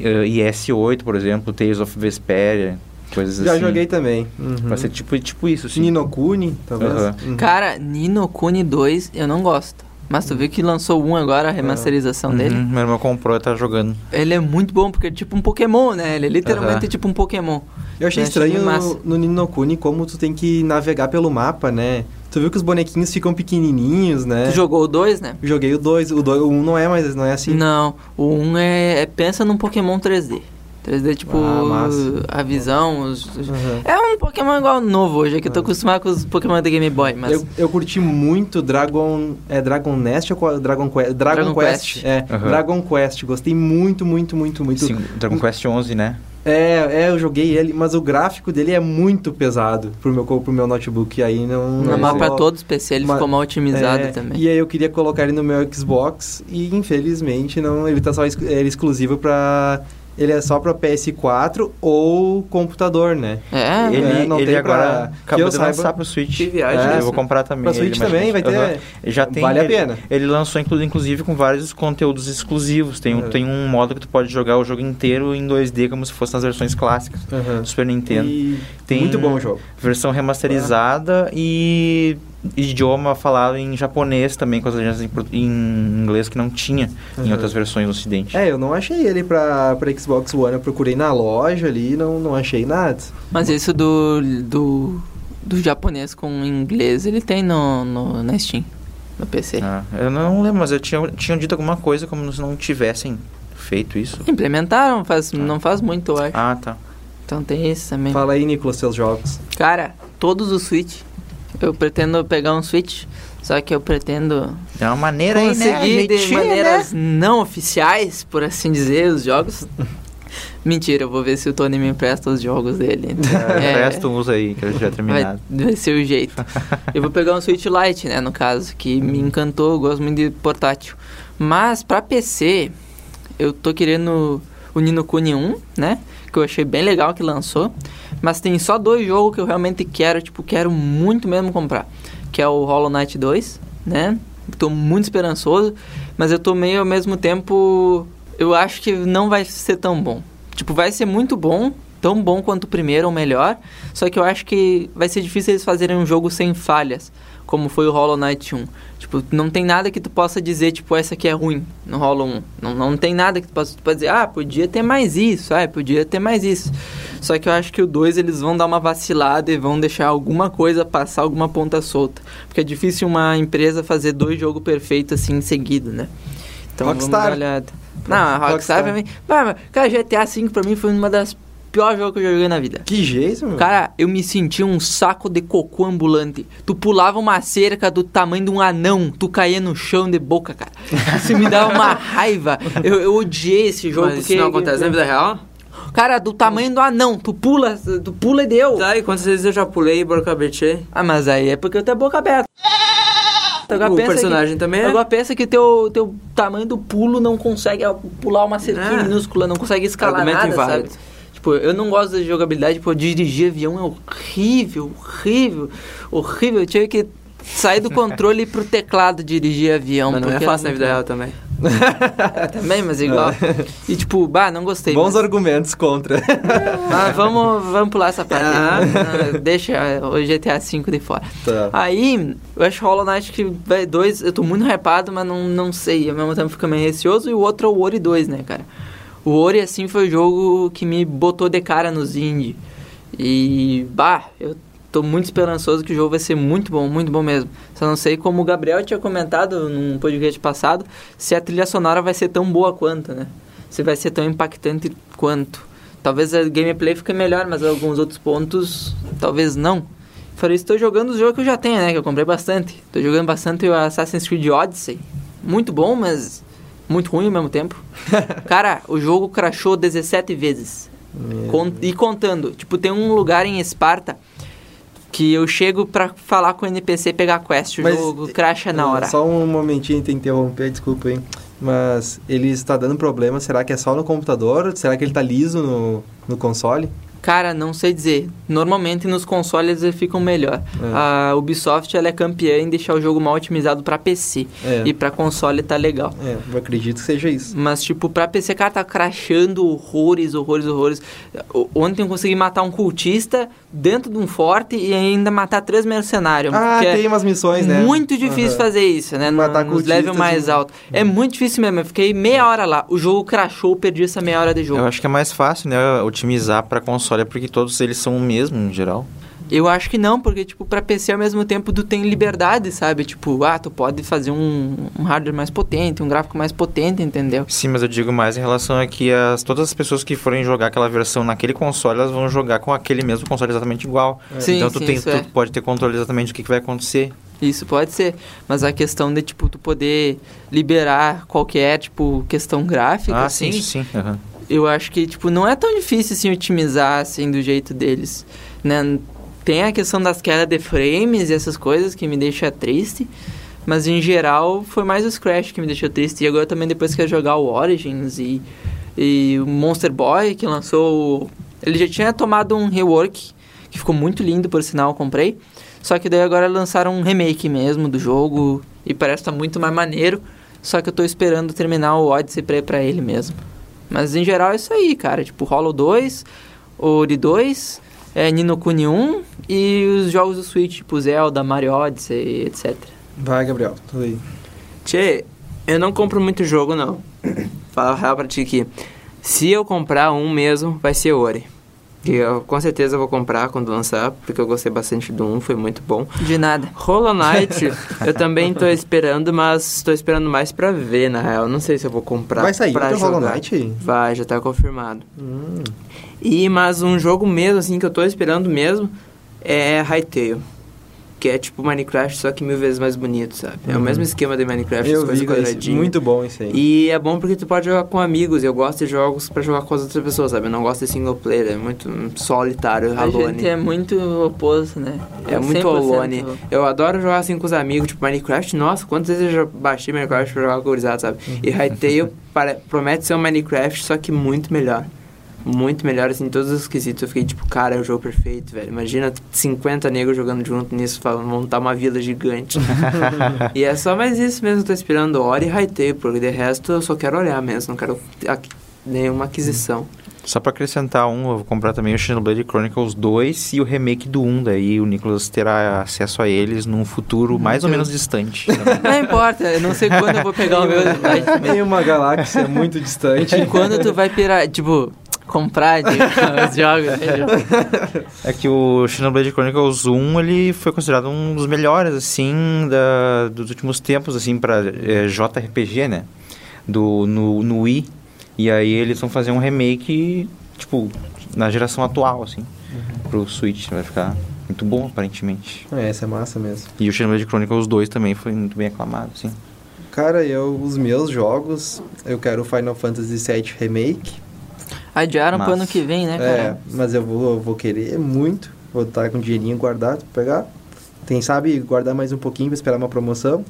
S3: ah, IS-8, por exemplo, Tales of Vesperia, coisas
S4: Já
S3: assim.
S4: joguei também. Uhum.
S3: Vai ser tipo, tipo isso, assim.
S4: Ninokuni, talvez.
S3: Aham.
S4: Uhum.
S2: Cara, Nino Kuni 2 eu não gosto. Mas tu viu que lançou um agora, a remasterização Então, dele?
S3: Uhum, meu irmão comprou e tá jogando.
S2: Ele é muito bom, porque é tipo um Pokémon, né? Ele é literalmente
S3: Aham.
S2: tipo um Pokémon.
S4: Eu achei
S2: Né,
S4: estranho
S2: achei massa.
S4: no, no Ninokuni como tu tem que navegar pelo mapa, né? Tu viu que os bonequinhos ficam pequenininhos, né?
S3: É.
S2: Tu jogou o 2, né?
S4: Joguei o 2, o 1 um não é mais, não é assim.
S2: Não, o 1 é, é- Pensa num Pokémon 3D. 3D, tipo,
S4: Ah, massa.
S2: a visão. os- os-
S4: Aham.
S2: É um Pokémon igual novo hoje, é que eu tô acostumado com os Pokémon da Game Boy, mas.
S4: Ah. Eu, eu curti muito Dragon. É Dragon Nest ou qual- Dragon Quest? Dragon,
S2: Dragon
S4: Quest.
S2: Quest.
S4: É,
S3: Aham.
S4: Dragon Quest. Gostei muito, muito, muito, muito.
S3: Sim, Dragon Quest 11, né?
S4: É, é, eu joguei ele, mas o gráfico dele é muito pesado pro meu, co- pro meu notebook. Aí não.
S2: Não,
S4: não
S2: mas
S4: rolou.
S2: pra todos os PC ele
S4: Mas-
S2: ficou mal otimizado
S4: É,
S2: também.
S4: E aí eu queria colocar ele no meu Xbox e infelizmente não, ele tá só ex- ele é exclusivo pra. Ele é só pra PS4 ou computador, né?
S2: É,
S3: ele
S4: é, não
S3: ele
S4: tem pra-
S3: agora
S4: que eu
S3: acabou de
S4: saiba.
S3: lançar pro Switch.
S1: Que viagem,
S3: É,
S4: né?
S3: eu vou comprar também.
S4: Pra
S3: ele
S4: Switch
S3: mais
S4: também vai
S3: pra
S4: ter.
S3: frente. Aham. Já tem,
S4: Vale a
S3: ele-
S4: pena.
S3: Ele lançou, inclu- inclusive, com vários conteúdos exclusivos. Tem, um-
S4: Uhum.
S3: tem um modo que tu pode jogar o jogo inteiro em 2D, como se fosse nas versões clássicas
S4: Aham.
S3: do Super Nintendo.
S4: E
S3: Tem-
S4: Muito bom o jogo.
S3: Versão remasterizada e idioma falado em japonês também, com as legendas em, portu- em inglês que não tinha em
S4: Uhum.
S3: outras versões do Ocidente.
S4: É, eu não achei ele pra, pra Xbox One. Eu procurei na loja ali e não, não achei nada.
S2: mas isso do, do. do japonês com inglês ele tem no, no, na Steam, no PC.
S3: Ah, eu não lembro, mas eu tinha, tinha dito alguma coisa como se não tivessem feito isso.
S2: Implementaram, faz, não faz muito, eu acho.
S3: Ah, tá.
S2: Então tem esse também.
S4: Fala aí, Nicolas, seus jogos.
S2: Cara, todos os Switch. Eu pretendo pegar um Switch, só que eu pretendo
S3: É uma maneira aí, né?
S2: conseguir de
S3: Jeitinho, né?
S2: maneiras não oficiais, por assim dizer, os jogos. Mentira, eu vou ver se o Tony me empresta os jogos dele.
S3: É,
S2: É.
S3: O né? resto usa aí, que eu já
S2: Vai,
S3: terminado.
S2: vai ser o jeito. eu vou pegar um Switch Lite, né, no caso, que me encantou, eu gosto muito de portátil. Mas pra PC, eu tô querendo o Nino Kuni 1, né, que eu achei bem legal que lançou. Mas tem só dois jogos que eu realmente quero, tipo, quero muito mesmo comprar. Que é o Hollow Knight 2, né, tô muito esperançoso, mas eu tô meio ao mesmo tempo, eu acho que não vai ser tão bom. Tipo, vai ser muito bom, tão bom quanto o primeiro ou melhor. Só que eu acho que vai ser difícil eles fazerem um jogo sem falhas, como foi o Hollow Knight 1. Tipo, não tem nada que tu possa dizer, tipo, essa aqui é ruim no Hollow 1. Não, não tem nada que tu possa, tu possa dizer, ah, podia ter mais isso, ah, podia ter mais isso. Só que eu acho que o 2 eles vão dar uma vacilada e vão deixar alguma coisa passar, alguma ponta solta. Porque é difícil uma empresa fazer dois jogos perfeitos assim em seguida, né? Então
S4: Rockstar.
S2: vamos dar uma olhada. Não, a Rockstar
S4: Rockstar.
S2: pra mim. Ah, mas, Cara, GTA V pra mim foi uma das piores jogos que eu já joguei na vida.
S4: Que jeito, meu.
S2: Cara, eu me sentia um saco de cocô ambulante. Tu pulava uma cerca do tamanho de um anão, tu caía no chão de boca, cara. Isso me dava uma raiva. Eu, eu odiei esse jogo.
S1: Mas
S2: porque...
S1: isso não acontece
S2: né,
S1: na vida real?
S2: Cara, do tamanho do anão, tu pula, tu pula e deu.
S1: Tá, e quantas vezes eu já pulei e borcabetei?
S2: Ah, mas aí é porque eu tenho a boca aberta.
S1: O
S2: pensa
S1: personagem
S2: que,
S1: também é?
S2: Agora pensa que teu, teu tamanho do pulo não consegue ah, pular uma cerquinha
S1: Ah.
S2: minúscula, não consegue escalar
S1: Argumento
S2: nada,
S1: inválido.
S2: sabe? Tipo, eu não gosto de jogabilidade, tipo, dirigir avião é horrível, horrível, horrível. Eu tive que sair do controle e ir pro teclado dirigir avião.
S1: Mas não é
S2: porque
S1: fácil na
S2: muito
S1: vida real também.
S2: bom. É, também, mas igual. E tipo, bah, não gostei.
S4: Bons
S2: mas,
S4: argumentos contra.
S2: mas vamos, vamos pular essa parte.
S1: Ah.
S2: Ah, Deixa é, o GTA V de fora.
S4: Tá.
S2: Aí, eu acho Hollow Knight que vai dois, eu tô muito hypado, mas não, não sei. Ao mesmo tempo fica meio receoso. E o outro é o Ori 2, né, cara? O Ori, assim, foi o jogo que me botou de cara nos indie. E, bah, eu tô muito esperançoso que o jogo vai ser muito bom, muito bom mesmo. Só não sei como o Gabriel tinha comentado num podcast passado, se a trilha sonora vai ser tão boa quanto, né? Se vai ser tão impactante quanto. Talvez a gameplay fique melhor, mas alguns outros pontos, talvez não. Falei, estou jogando os jogos que eu já tenho, né? Que eu comprei bastante. Tô jogando bastante o Assassin's Creed Odyssey. Muito bom, mas muito ruim ao mesmo tempo. Cara, o jogo crashou 17 vezes. Con- e contando. Tipo, tem um lugar em Esparta que eu chego pra falar com o NPC e pegar a quest. O
S4: Mas-
S2: jogo crasha na hora.
S4: Só um momentinho tem que interromper, desculpa, hein. Mas ele está dando problema, será que é só no computador? Será que ele tá liso no, no console?
S2: Cara, não sei dizer. Normalmente nos consoles eles ficam melhor.
S4: É.
S2: A Ubisoft ela é campeã em deixar o jogo mal otimizado pra PC.
S4: É.
S2: E pra console tá legal.
S4: É, eu acredito que seja isso.
S2: Mas, tipo, pra PC, cara, tá crachando horrores, horrores, horrores. O- Ontem eu consegui matar um cultista dentro de um forte e ainda matar três mercenários.
S4: Ah,
S2: porque é
S4: tem umas missões, né?
S2: Muito difícil
S4: Aham.
S2: fazer isso, né? No,
S4: Matar
S2: nos
S4: cultistas
S2: level mais
S4: e-
S2: alto. É muito difícil mesmo. Eu fiquei meia hora lá. O jogo crashou, eu perdi essa meia hora de jogo.
S3: Eu acho que é mais fácil, né? Otimizar pra console, porque todos eles são o mesmo, em geral.
S2: Eu acho que não, porque, tipo, pra PC ao mesmo tempo tu tem liberdade, sabe? Tipo, ah, tu pode fazer um, um hardware mais potente, um gráfico mais potente, entendeu?
S3: Sim, mas eu digo mais em relação a que as, todas as pessoas que forem jogar aquela versão naquele console, elas vão jogar com aquele mesmo console exatamente igual.
S2: Sim,
S3: então tu,
S2: sim,
S3: tem,
S2: isso
S3: tu
S2: é.
S3: pode ter controle exatamente do que, que vai acontecer.
S2: Isso pode ser, mas a questão de, tipo, tu poder liberar qualquer, tipo, questão gráfica,
S3: ah,
S2: assim,
S3: sim, sim. aham.
S2: eu acho que, tipo, não é tão difícil, assim, otimizar, assim, do jeito deles, né? Tem a questão das quedas de frames e essas coisas que me deixa triste, mas, em geral, foi mais os Crash que me deixou triste. E agora também, depois que eu jogar o Origins e, e o Monster Boy, que lançou... o- Ele já tinha tomado um rework, que ficou muito lindo, por sinal, eu comprei. Só que daí agora lançaram um remake mesmo do jogo e parece que tá muito mais maneiro. Só que eu tô esperando terminar o Odyssey pra ir pra ele mesmo. Mas em geral é isso aí, cara. Tipo, Hollow 2, Ori 2, é, Nino Kuni 1 e os jogos do Switch, tipo Zelda, Mario Odyssey, etc.
S4: Vai, Gabriel, tudo aí.
S1: Tchê, eu não compro muito jogo, não. Falar real pra ti que se eu comprar um mesmo, vai ser Ori. E eu com certeza vou comprar quando lançar, porque eu gostei bastante do 1, foi muito bom.
S2: De nada.
S1: Hollow Knight, eu também tô esperando, mas tô esperando mais pra ver, na real. Não sei se eu vou comprar.
S4: Vai sair
S1: pra
S4: outro Hollow
S1: jogar.
S4: Knight?
S1: Vai, já tá confirmado.
S4: Hum.
S1: E mas um jogo mesmo assim que eu tô esperando mesmo é Hytale. Que é tipo Minecraft, só que mil vezes mais bonito, sabe? É o
S4: Uhum.
S1: mesmo esquema de Minecraft, as
S4: Eu
S1: coisas
S4: vi, esse-
S1: quadradinhas.
S4: muito bom isso aí.
S1: E é bom porque tu pode jogar com amigos. Eu gosto de jogos pra jogar com as outras pessoas, sabe? Eu não gosto de single player, é muito hum, solitário,
S2: A gente
S1: alone.
S2: é muito oposto, né?
S1: É muito
S2: 100%
S1: alone. Eu adoro jogar assim com os amigos, tipo Minecraft. Nossa, quantas vezes eu já baixei Minecraft pra jogar com o gurizada, sabe? E
S2: Uhum.
S1: Hytale pare- promete ser um Minecraft, só que muito melhor. Muito melhor, assim, em todos os quesitos. Eu fiquei tipo, cara, é o jogo perfeito, velho. Imagina 50 negros jogando junto nisso, falando, montar uma vila gigante. e é só mais isso mesmo, eu tô esperando hora e Hytale, porque de resto eu só quero olhar mesmo, não quero aqui- nenhuma aquisição.
S3: Só pra acrescentar um, eu vou comprar também o Xenoblade Chronicles 2 e o remake do 1, daí o Nicholas terá acesso a eles num futuro mais ou menos distante. né? também.
S2: Não importa, eu não sei quando eu vou pegar o meu.
S4: Tem uma galáxia muito distante.
S2: De quando tu vai pirar, tipo, comprar de, os jogos. né? entendeu?
S3: é que o Xenoblade Chronicles 1, ele foi considerado um dos melhores, assim, da, dos últimos tempos, assim, pra é, JRPG, né? Do, no, no Wii. E aí eles vão fazer um remake, tipo, na geração atual, assim, pro Switch. né? Vai ficar muito bom, aparentemente.
S4: É, essa é massa mesmo.
S3: E o Xenoblade Chronicles 2 também foi muito bem aclamado, assim.
S4: Cara, eu, os meus jogos, eu quero o Final Fantasy VII Remake.
S2: Adiaram pro
S3: Massa.
S2: ano que vem, né,
S4: É,
S2: cara?
S4: mas eu vou, eu vou querer muito. Vou estar com um dinheirinho guardado pra pegar. Quem sabe guardar mais um pouquinho pra esperar uma promoção.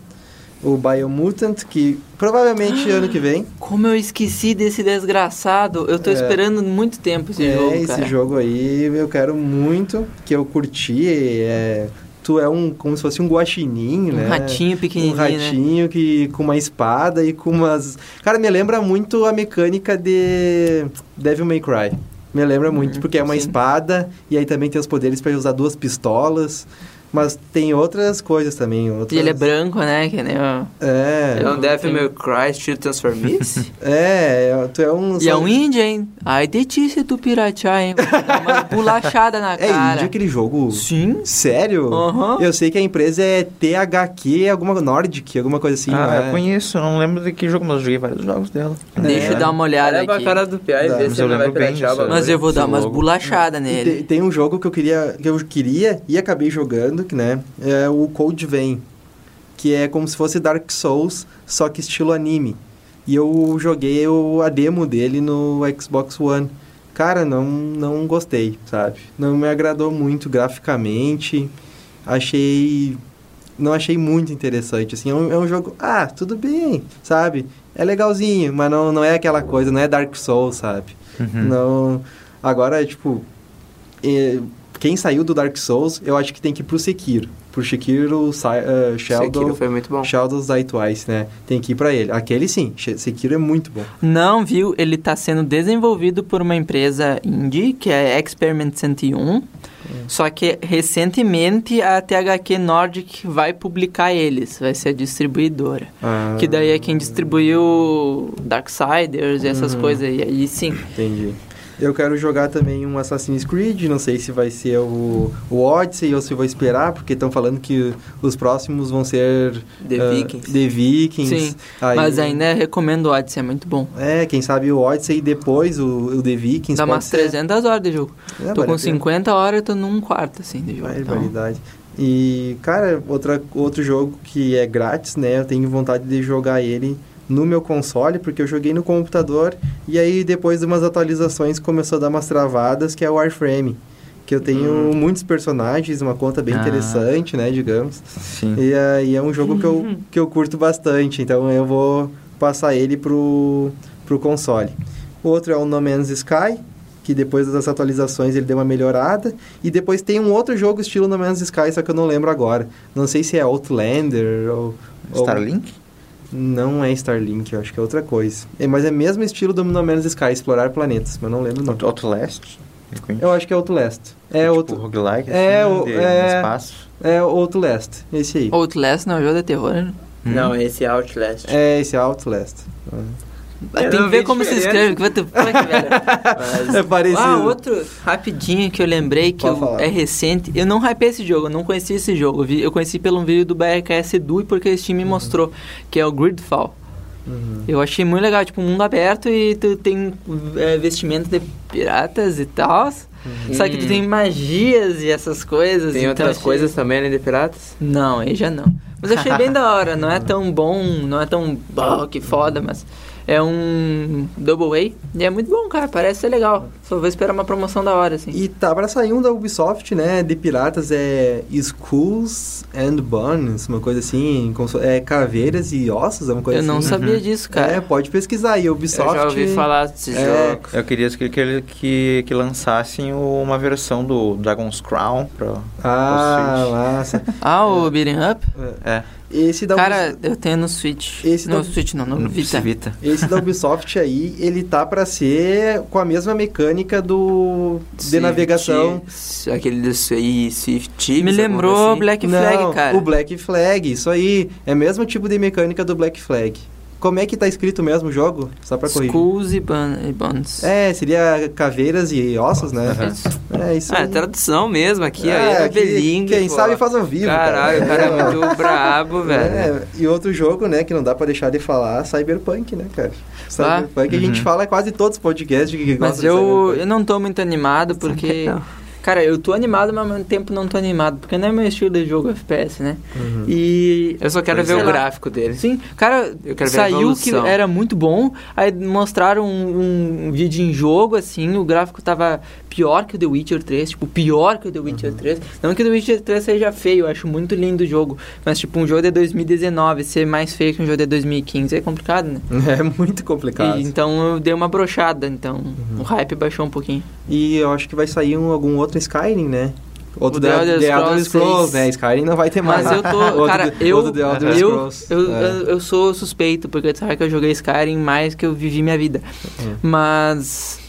S4: O Biomutant, que provavelmente ano que vem.
S2: Como eu esqueci desse desgraçado, eu tô
S4: É.
S2: esperando muito tempo esse
S4: é,
S2: jogo,
S4: esse
S2: cara.
S4: jogo aí eu quero muito, que eu curti. é, tu é um como se fosse um guaxininho,
S2: Um
S4: né?
S2: ratinho
S4: Um
S2: pequenininho, né?
S4: ratinho que, com uma espada e com umas... Cara, me lembra muito a mecânica de Devil May Cry. Me lembra muito,
S2: Hum,
S4: porque é uma
S2: sim.
S4: espada e aí também tem os poderes pra usar duas pistolas. Mas tem outras coisas também. Outras...
S2: E ele é branco, né? Que nem o...
S4: É,
S1: É um
S2: não
S1: Devil
S2: tem-
S1: May Cry estilo Transformice?
S4: é, tu é um...
S2: E é um índio, hein? Ai de ti se tu piratear, hein? Vou dar Uma bolachada na
S4: É
S2: cara.
S4: índio aquele jogo?
S2: Sim.
S4: Sério?
S2: Aham.
S4: Eu sei que a empresa é THQ, alguma Nordic, alguma coisa assim. não
S3: ah,
S4: é?
S3: eu conheço, eu não lembro de que jogo, mas eu joguei vários jogos dela. É.
S2: Deixa
S4: né?
S2: eu dar um- uma olhada
S1: né,
S5: Olha pra
S2: aqui.
S5: cara do Pia e
S4: Dá,
S5: vê
S3: mas
S5: se
S3: eu
S5: ele não vai
S3: lembro bem
S5: piratear.
S3: disso né? aí.
S5: Mas...
S2: Mas eu vou dar
S3: Esse
S2: umas
S3: logo.
S2: bolachadas
S4: E
S2: nele.
S4: te- tem um jogo que eu queria, que eu queria e acabei jogando, que né, é o Code Vein, que é como se fosse Dark Souls, só que estilo anime. E eu joguei o, a demo dele no Xbox One. Cara, não não gostei, sabe? Não me agradou muito graficamente. Achei não achei muito interessante, assim, é um, é um jogo, ah, tudo bem, sabe? É legalzinho, mas não, não é aquela coisa, não é Dark Souls, sabe?
S3: Hum. Uhum.
S4: Não. Agora, tipo. eh, Quem saiu do Dark Souls, eu acho que tem que ir pro Sekiro. Pro Sekiro, Sa eh,
S1: Sekiro
S4: Shadow.
S1: foi muito bom.
S4: Shadows Die Twice, né? Tem que ir pra ele. Aquele sim, She- Sekiro é muito bom.
S2: Não, viu? Ele tá sendo desenvolvido por uma empresa indie, que é Experiment 101. Só que recentemente a THQ Nordic vai publicar eles, vai ser a distribuidora.
S4: Ah,
S2: Que daí é quem distribuiu Darksiders e essas
S4: Hum.
S2: coisas. E aí sim.
S4: Entendi. Eu quero jogar também um Assassin's Creed, não sei se vai ser o, o Odyssey ou se vou esperar, porque estão falando que os próximos vão ser...
S1: The
S4: ah,
S1: Vikings.
S4: The Vikings.
S2: Sim, Mas ainda recomendo o Odyssey, é muito bom.
S4: É, quem sabe o Odyssey e depois o, o The Vikings.
S2: Dá
S4: pode
S2: umas
S4: ser.
S2: 300 horas de jogo.
S4: É, vale
S2: tô
S4: a
S2: com
S4: pena.
S2: 50 horas, tô num quarto, assim, de jogo. Então,
S4: Barbaridade. E, cara, outra, outro jogo que é grátis, né? Eu tenho vontade de jogar ele no meu console, porque eu joguei no computador e aí depois de umas atualizações começou a dar umas travadas, que é o Warframe. Que eu tenho muitos personagens, uma conta bem
S3: Ah.
S4: interessante, né, digamos.
S3: Sim.
S4: E aí é um jogo que eu, que eu curto bastante, então eu vou passar ele pro, pro console. O outro é o No Man's Sky, que depois das atualizações ele deu uma melhorada. E depois tem um outro jogo estilo No Man's Sky, só que eu não lembro agora. Não sei se é Outlander ou... ou-
S3: Starlink?
S4: Não é Starlink, eu acho que é outra coisa. É, mas é mesmo estilo do No Man's Sky, explorar planetas, mas não lembro o nome.
S3: Out- Outlast? de repente?
S4: Eu acho que é Outlast. É,
S3: tipo,
S4: outro,
S3: roguelike,
S4: É,
S3: assim,
S4: o-
S3: de-
S4: é-
S3: espaço.
S4: é Outlast, esse aí.
S2: Outlast não é um jogo de terror, né?
S3: Hum.
S5: Não, esse é Outlast.
S4: É, esse é Outlast.
S5: Eu
S2: Tem que
S5: não
S2: ver
S5: vi
S2: como se
S5: diferença.
S2: escreve. que vai ter- como é que vai?
S5: Mas-
S4: É parecido.
S2: Ah, outro rapidinho que eu lembrei que
S4: Pode
S2: eu-
S4: falar.
S2: é recente. Eu não hypei esse jogo, eu não conheci esse jogo. Eu vi- Eu conheci pelo vídeo do BRKS Edu e porque esse time me mostrou, que é o Gridfall.
S4: Uhum.
S2: Eu achei muito legal, tipo, mundo aberto e tu tem é, vestimento de piratas e tal.
S4: Uhum.
S2: Só que tu tem magias e essas coisas.
S1: Tem
S2: então
S1: outras
S2: achei-
S1: coisas também além de piratas?
S2: Não, aí já não. Mas eu achei bem da hora, não é tão bom, não é tão. Oh, que foda, mas. É um Double A e é muito bom, cara. Parece ser legal. Só vou esperar uma promoção da hora, assim.
S4: E tá pra sair um da Ubisoft, né? De piratas é Skulls and Bones, uma coisa assim, como se- é caveiras e ossos, é uma coisa
S2: eu
S4: assim.
S2: não sabia disso, cara.
S4: É, pode pesquisar aí, Ubisoft.
S1: Eu já ouvi falar desse
S4: É,
S1: jogo.
S3: Eu queria que, que, que, que lançassem o- uma versão do Dragon's Crown pra...
S4: Ah,
S3: Ou seja.
S4: massa.
S2: Ah, o Beating Up?
S3: É.
S4: Esse da
S2: Cara, eu tenho no Switch.
S4: Esse
S2: no
S4: não-
S2: Switch não, no,
S3: No
S2: Ah, Vita.
S3: Vita.
S4: Esse da Ubisoft aí, ele tá pra ser com a mesma mecânica do de
S1: Swift,
S4: navegação.
S1: s- Aquele do Swi- Swift.
S2: Me
S1: alguma coisa
S2: lembrou
S1: assim.
S2: Black
S4: Não,
S2: Flag, cara.
S4: O Black Flag, isso aí. É o mesmo tipo de mecânica do Black Flag. Como é que tá escrito mesmo o jogo? Só pra corrigir.
S2: Skulls e, ban e Bones.
S4: É, seria caveiras e ossos, né?
S2: Isso.
S4: É isso
S1: Ah, é
S4: aí.
S2: tá
S1: tradução mesmo aqui, ó.
S4: É,
S1: É
S4: que-
S1: bilingue,
S4: Quem
S1: pô.
S4: sabe faz ao vivo.
S1: Caralho, o cara é muito brabo, velho.
S4: É, e outro jogo, né, que não dá pra deixar de falar, Cyberpunk, né, cara? Cyberpunk, a gente
S3: Uhum.
S4: fala quase todos os podcasts que gostam
S2: Ah, Mas
S4: de
S2: eu,
S4: Cyberpunk.
S2: eu não tô muito animado porque. Cara, eu tô animado, mas ao mesmo tempo não tô animado. Porque não é meu estilo de jogo FPS, né?
S4: Hum.
S2: E.
S1: Eu só quero
S2: Pois
S1: ver
S2: é.
S1: o gráfico dele.
S2: Sim, cara,
S1: Eu quero ver a
S2: saiu que
S1: evolução.
S2: era muito bom. Aí mostraram um, um vídeo em jogo, assim, o gráfico tava pior que o The Witcher 3, tipo, pior que o The
S1: Uhum.
S2: Witcher 3. Não que o The Witcher 3 seja feio, eu acho muito lindo o jogo. Mas, tipo, um jogo de 2019 ser mais feio que um jogo de 2015 é complicado, né?
S4: É muito complicado.
S2: E, então eu dei uma brochada, então
S1: Uhum.
S2: o hype baixou um pouquinho.
S4: E eu acho que vai sair um, algum outro Skyrim, né? Outro
S2: O The Elder Scrolls seis.
S4: né? Skyrim não vai ter mais.
S2: Mas eu tô,
S4: Outro
S2: cara,
S4: The-
S2: eu,
S4: outro The Elder
S2: eu,
S4: Scrolls.
S2: eu,
S4: É.
S2: eu, eu sou suspeito, porque tu sabe que eu joguei Skyrim mais que eu vivi minha vida.
S4: Uhum.
S2: Mas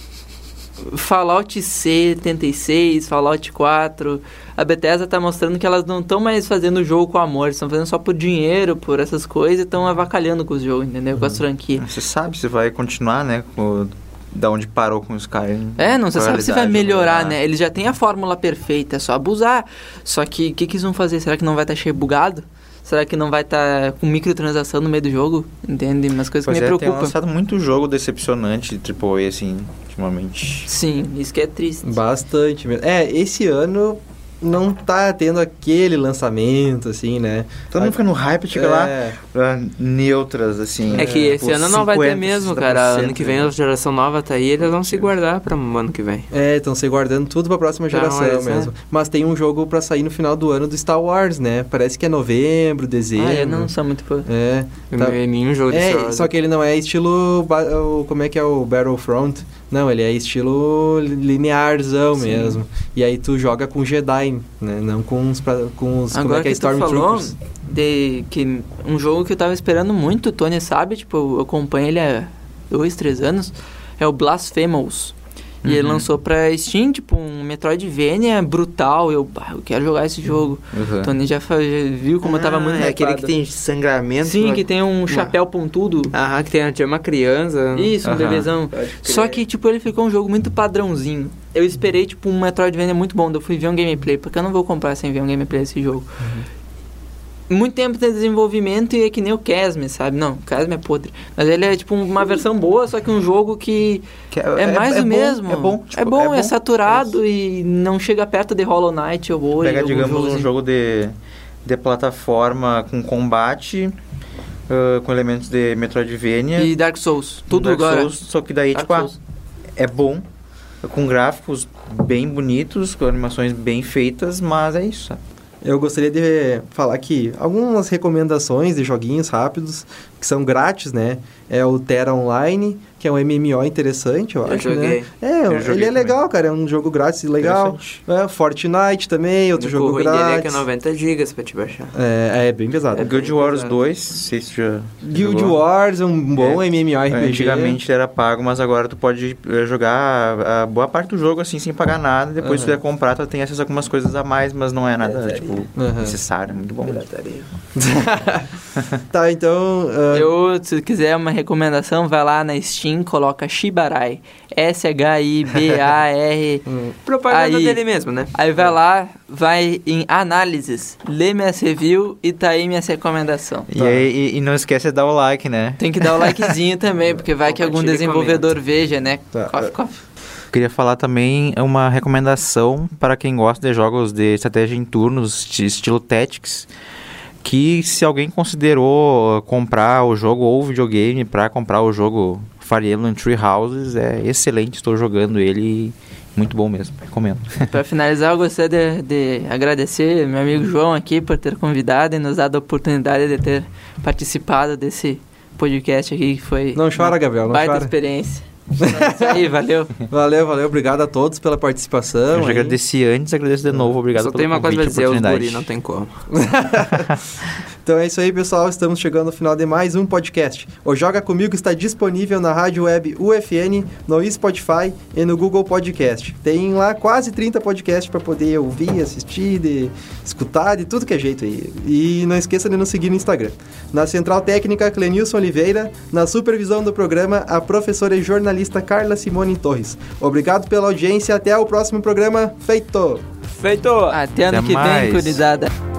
S2: Fallout 76, Fallout 4, a Bethesda tá mostrando que elas não estão mais fazendo o jogo com amor, estão fazendo só por dinheiro, por essas coisas, e estão avacalhando com os jogos, entendeu? Com as
S4: Uhum.
S2: franquias.
S3: Você sabe se vai continuar, né? com o- da onde parou com os caras.
S2: É, não, você sabe se vai melhorar, né? Eles já têm a fórmula perfeita, é só abusar. Só que o que, que eles vão fazer? Será que não vai estar cheio bugado? Será que não vai estar com microtransação no meio do jogo? Entende? Umas coisas
S3: Pois
S2: que
S3: é,
S2: me
S3: tem
S2: preocupam.
S3: lançado muito jogo decepcionante de AAA, assim, ultimamente.
S2: Sim, isso que é triste.
S4: Bastante mesmo. É, esse ano não tá tendo aquele lançamento, assim, né?
S3: Todo mundo fica no hype, chega
S4: É,
S3: lá, pra neutras, assim.
S1: É que esse
S3: tipo,
S1: ano não vai ter
S3: 50,
S1: mesmo, cara.
S3: 60%,
S1: Ano que vem a geração nova tá aí, eles vão se
S3: Sim.
S1: guardar pra ano que vem.
S4: É, estão se guardando tudo pra próxima
S1: Então,
S4: geração
S1: é isso,
S2: né?
S4: mesmo. Mas tem um jogo pra sair no final do ano do Star Wars, né? Parece que é novembro, dezembro.
S2: Ah, eu não sou muito. fã.
S4: É,
S1: Não
S4: Tá.
S1: é nenhum jogo de Star
S4: é
S1: Wars.
S4: só que ele não é estilo. ba- o- Como é que é o Battlefront? Não, ele é estilo li- linearzão
S2: Sim.
S4: mesmo. E aí tu joga com Jedi, né? Não com os. pra- Com os como é
S2: Agora
S4: que é
S2: que, tu falou
S4: Stormtroopers.
S2: de que um jogo que eu tava esperando muito, o Tony sabe, tipo, eu acompanho ele há dois, três anos, é o Blasphemous. E ele
S3: Uhum.
S2: lançou pra Steam, tipo, um Metroidvania brutal. Eu, bah, eu quero jogar esse jogo.
S3: Uhum.
S2: Tony já, fa- já viu como eu tava muito
S1: Ah, é aquele
S2: hypado.
S1: que tem sangramento.
S2: Sim,
S1: né?
S2: que tem um chapéu pontudo.
S1: Aham, que tem tinha uma criança.
S2: Isso, um
S3: Ah, Aham.
S2: bebezão. Só que, tipo, ele ficou um jogo muito padrãozinho. Eu esperei, tipo, um Metroidvania muito bom. daí Eu fui ver um gameplay, porque eu não vou comprar sem ver um gameplay desse jogo.
S3: Uhum.
S2: Muito tempo de desenvolvimento e é que nem o Kesme, sabe? Não, o Kesme é podre. Mas ele é, tipo, uma versão boa, só que um jogo que
S3: Que
S2: é, mais o
S3: bom,
S2: mesmo.
S3: É bom, tipo,
S2: é bom, é, saturado e não chega perto de Hollow Knight ou Ori.
S3: Pega,
S2: algum assim.
S3: digamos, um
S1: assim.
S2: jogozinho.
S3: jogo de, de plataforma com combate, ah, com elementos de Metroidvania.
S2: E Dark Souls. Tudo
S3: Um Dark
S2: agora.
S3: Souls, só que daí,
S2: Dark
S3: tipo, ah,
S2: Souls.
S3: é bom, com gráficos bem bonitos, com animações bem feitas, mas é isso. sabe?
S4: Eu gostaria de falar aqui algumas recomendações de joguinhos rápidos que são grátis, né? É o Terra Online, que é um MMO interessante, eu,
S1: Eu
S4: acho,
S1: joguei.
S4: né? É,
S3: Eu
S4: ele
S3: joguei
S4: é legal, cara, é um jogo grátis legal.
S3: Interessante.
S4: É, Fortnite também, outro
S1: O
S4: jogo
S1: ruim dele é que é
S4: grátis.
S1: 90 GB pra te baixar.
S4: É, é bem pesado.
S1: É
S3: Guild
S1: bem
S3: Wars
S1: pesado.
S3: 2, sei se já
S4: Guild
S3: jogou.
S4: Wars é um bom
S3: É,
S4: MMORPG.
S3: Antigamente era pago, mas agora tu pode eh, jogar a- a boa parte do jogo assim sem pagar nada. Depois se tu
S4: Aham.
S3: quiser comprar, tu tem acesso a algumas coisas a mais, mas não é nada
S5: É,
S3: tipo
S4: Aham.
S3: necessário, muito bom.
S5: Pirataria.
S4: Tá, então. ah,
S2: Eu, se quiser uma recomendação, vai lá na Steam, coloca Shibarai. S-H-I-B-A-R.
S4: hum, é.
S1: Propaganda
S2: Aí-
S1: dele mesmo, né?
S2: Aí vai lá, vai em análises, lê minha review e tá aí minha recomendação.
S4: Tá.
S3: E, aí- e- e não esquece de dar o like, né?
S2: Tem que dar o likezinho também, porque vai que algum
S1: Compartilha e
S2: desenvolvedor veja, né?
S4: Tá.
S2: Cof, cof.
S3: Queria falar também é uma recomendação para quem gosta de jogos de estratégia em turnos, de estilo Tactics, que se alguém considerou comprar o jogo ou o videogame para comprar o jogo Fire Emblem Three Houses, é excelente, estou jogando ele, muito bom mesmo, recomendo.
S2: Pra finalizar, eu gostaria de, de agradecer meu amigo João aqui por ter convidado e nos dado a oportunidade de ter participado desse podcast aqui, que foi
S4: não chora, Gabriel, não
S2: uma baita
S4: chora.
S2: experiência. É isso aí, valeu.
S4: Valeu, valeu. Obrigado a todos pela participação.
S3: Eu já
S4: hein?
S3: agradeci antes, agradeço de novo, obrigado
S1: Então, Ah. Só
S3: pelo
S1: tem uma coisa pra
S3: convite
S1: dizer,
S3: e
S1: os
S3: oportunidade.
S1: guri não tem como.
S4: Então é isso aí, pessoal. Estamos chegando ao final de mais um podcast. O Joga Comigo está disponível na rádio web UFN, no Spotify e no Google Podcast. Tem lá quase 30 podcasts para poder ouvir, assistir, de- escutar, de tudo que é jeito aí. E não esqueça de nos seguir no Instagram. Na Central Técnica, Clenilson Oliveira. Na supervisão do programa, a professora e jornalista Carla Simone Torres. Obrigado pela audiência. Até o próximo programa. Feito!
S1: Feito!
S2: Até ano
S3: Até
S2: que
S3: mais.
S2: vem, curizada.